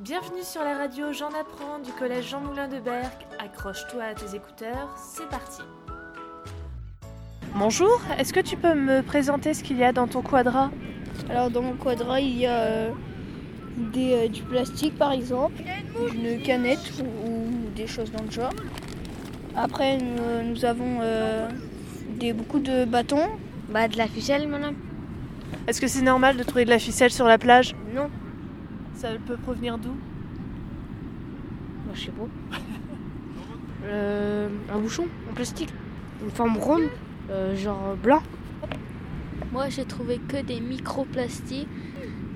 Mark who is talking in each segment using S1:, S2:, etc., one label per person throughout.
S1: Bienvenue sur la radio J'en apprends du collège Jean Moulin de Berck. Accroche-toi à tes écouteurs, c'est parti. Bonjour, est-ce que tu peux me présenter ce qu'il y a dans ton quadra
S2: Alors dans mon quadra, il y a euh, des, euh, du plastique par exemple, une canette ou, ou des choses dans le genre. Après, nous, euh, nous avons euh, des, beaucoup de bâtons.
S3: Bah de la ficelle maintenant
S1: Est-ce que c'est normal de trouver de la ficelle sur la plage
S3: Non,
S1: Ça peut provenir d'où
S3: moi je sais pas. Euh, un bouchon en plastique, une forme ronde, euh, genre blanc.
S4: Moi, j'ai trouvé que des microplastiques,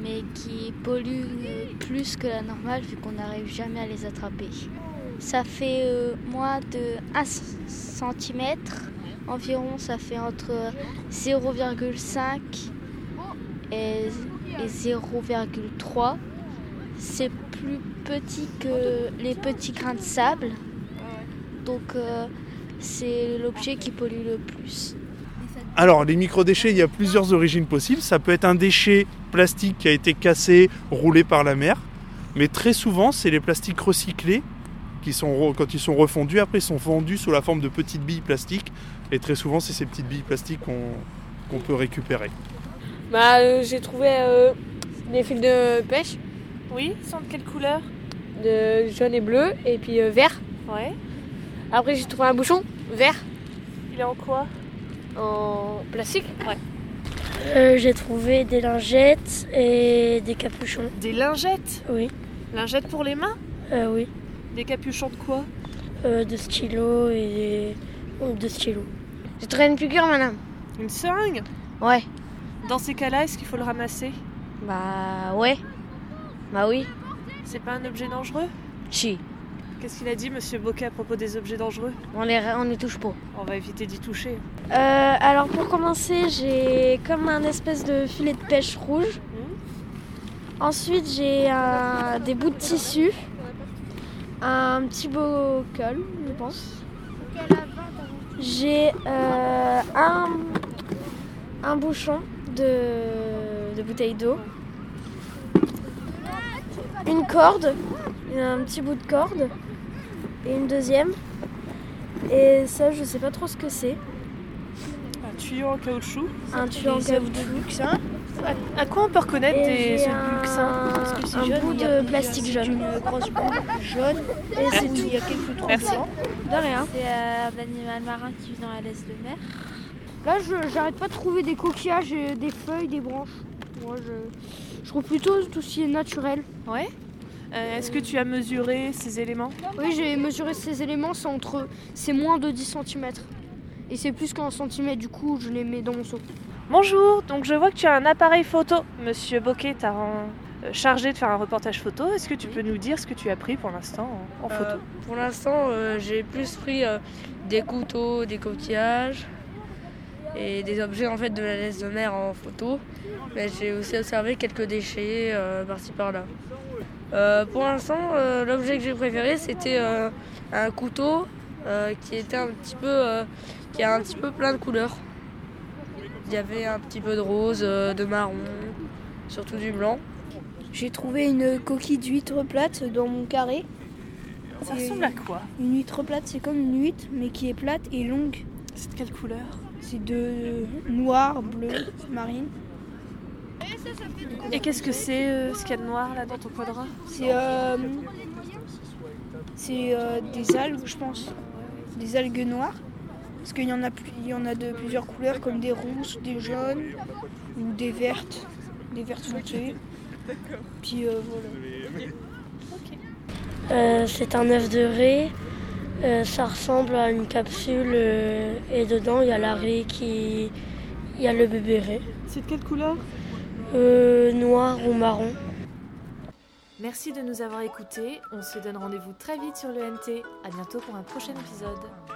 S4: mais qui polluent euh, plus que la normale vu qu'on n'arrive jamais à les attraper. Ça fait euh, moins de 1 cm environ, ça fait entre 0,5 et, et 0,3. C'est plus petit que les petits grains de sable, donc euh, c'est l'objet qui pollue le plus.
S5: Alors, les microdéchets, il y a plusieurs origines possibles. Ça peut être un déchet plastique qui a été cassé, roulé par la mer. Mais très souvent, c'est les plastiques recyclés qui sont, re- quand ils sont refondus, après, ils sont vendus sous la forme de petites billes plastiques. Et très souvent, c'est ces petites billes plastiques qu'on qu'on peut récupérer.
S6: Bah, euh, j'ai trouvé euh, des fils de pêche,
S1: Oui, sont de quelle couleur
S6: de jaune et bleu, et puis euh, vert.
S1: Ouais.
S6: Après, j'ai trouvé un bouchon vert
S1: Il est en quoi
S6: en plastique.
S2: j'ai trouvé des lingettes et des capuchons.
S1: Des lingettes
S2: Oui.
S1: Lingettes pour les mains
S2: Euh, oui,
S1: Des capuchons de quoi
S2: de stylos et de stylos.
S3: J'ai trouvé une figure maintenant.
S1: Une seringue
S3: Ouais,
S1: Dans ces cas-là, est-ce qu'il faut le ramasser
S3: bah ouais. Bah oui.
S1: C'est pas un objet dangereux
S3: Si,
S1: Qu'est-ce qu'il a dit, monsieur Bocquet, à propos des objets dangereux
S3: on les, on les touche pas.
S1: On va éviter d'y toucher.
S7: Euh, alors pour commencer, j'ai comme un espèce de filet de pêche rouge. Ensuite, j'ai un- des bouts de tissu, un petit beau col, je pense. J'ai euh, un, un bouchon de, de bouteille d'eau, une corde, un petit bout de corde, et une deuxième. Et ça, je sais pas trop ce que c'est.
S1: Un tuyau en caoutchouc.
S7: Un tuyau en caoutchouc.
S1: À, à quoi on peut reconnaître
S7: Et
S1: des,
S7: j'ai
S1: ce
S7: un,
S1: luxin
S7: un bout de plastique jaune. Une grosse boule jaune. Et c'est tout.
S1: Merci.
S7: De rien.
S4: C'est euh, un animal marin qui vit dans la laisse de mer.
S2: Là, je- j'arrête pas de trouver des coquillages, et des feuilles, des branches. Moi, je, je trouve plutôt tout ce qui est naturel.
S1: Ouais. Euh, Est-ce que tu as mesuré ces éléments
S2: Oui, j'ai mesuré ces éléments, c'est entre, c'est moins de 10 cm. Et c'est plus qu'un centimètre, du coup, je les mets dans mon seau.
S1: Bonjour, donc je vois que tu as un appareil photo. Monsieur Bocquet t'a ren- euh, chargé de faire un reportage photo. Est-ce que tu peux nous dire ce que tu as pris pour l'instant en, en photo
S8: Euh, pour l'instant, euh, j'ai plus pris euh, des couteaux, des coquillages et des objets en fait de la laisse de mer en photo. Mais j'ai aussi observé quelques déchets euh, par-ci par-là. Euh, pour l'instant, euh, l'objet que j'ai préféré, c'était euh, un couteau euh, qui était un petit peu, euh, qui a un petit peu plein de couleurs. Il y avait un petit peu de rose, euh, de marron, surtout du blanc.
S2: J'ai trouvé une coquille d'huître plate dans mon carré.
S1: Ça ressemble à quoi
S2: Une huître plate, c'est comme une huître, mais qui est plate et longue.
S1: C'est de quelle couleur
S2: C'est de noir, bleu, marine.
S1: Et qu'est-ce que c'est euh, ce qu'il y a de noir là dans ton quadra
S2: C'est euh, c'est, euh, des algues, je pense. Des algues noires. Parce qu'il y, en a plus- il y en a de plusieurs couleurs, comme des rousses, des jaunes, ou des vertes. Des vertes foncées. Puis euh, voilà.
S7: Euh, c'est un œuf de raie. Euh, ça ressemble à une capsule euh, et dedans il y a la raie qui. Il y a le bébé raie.
S1: C'est de quelle couleur
S7: Euh, noir ou marron.
S1: Merci de nous avoir écoutés. On se donne rendez-vous très vite sur le NT. À bientôt pour un prochain épisode.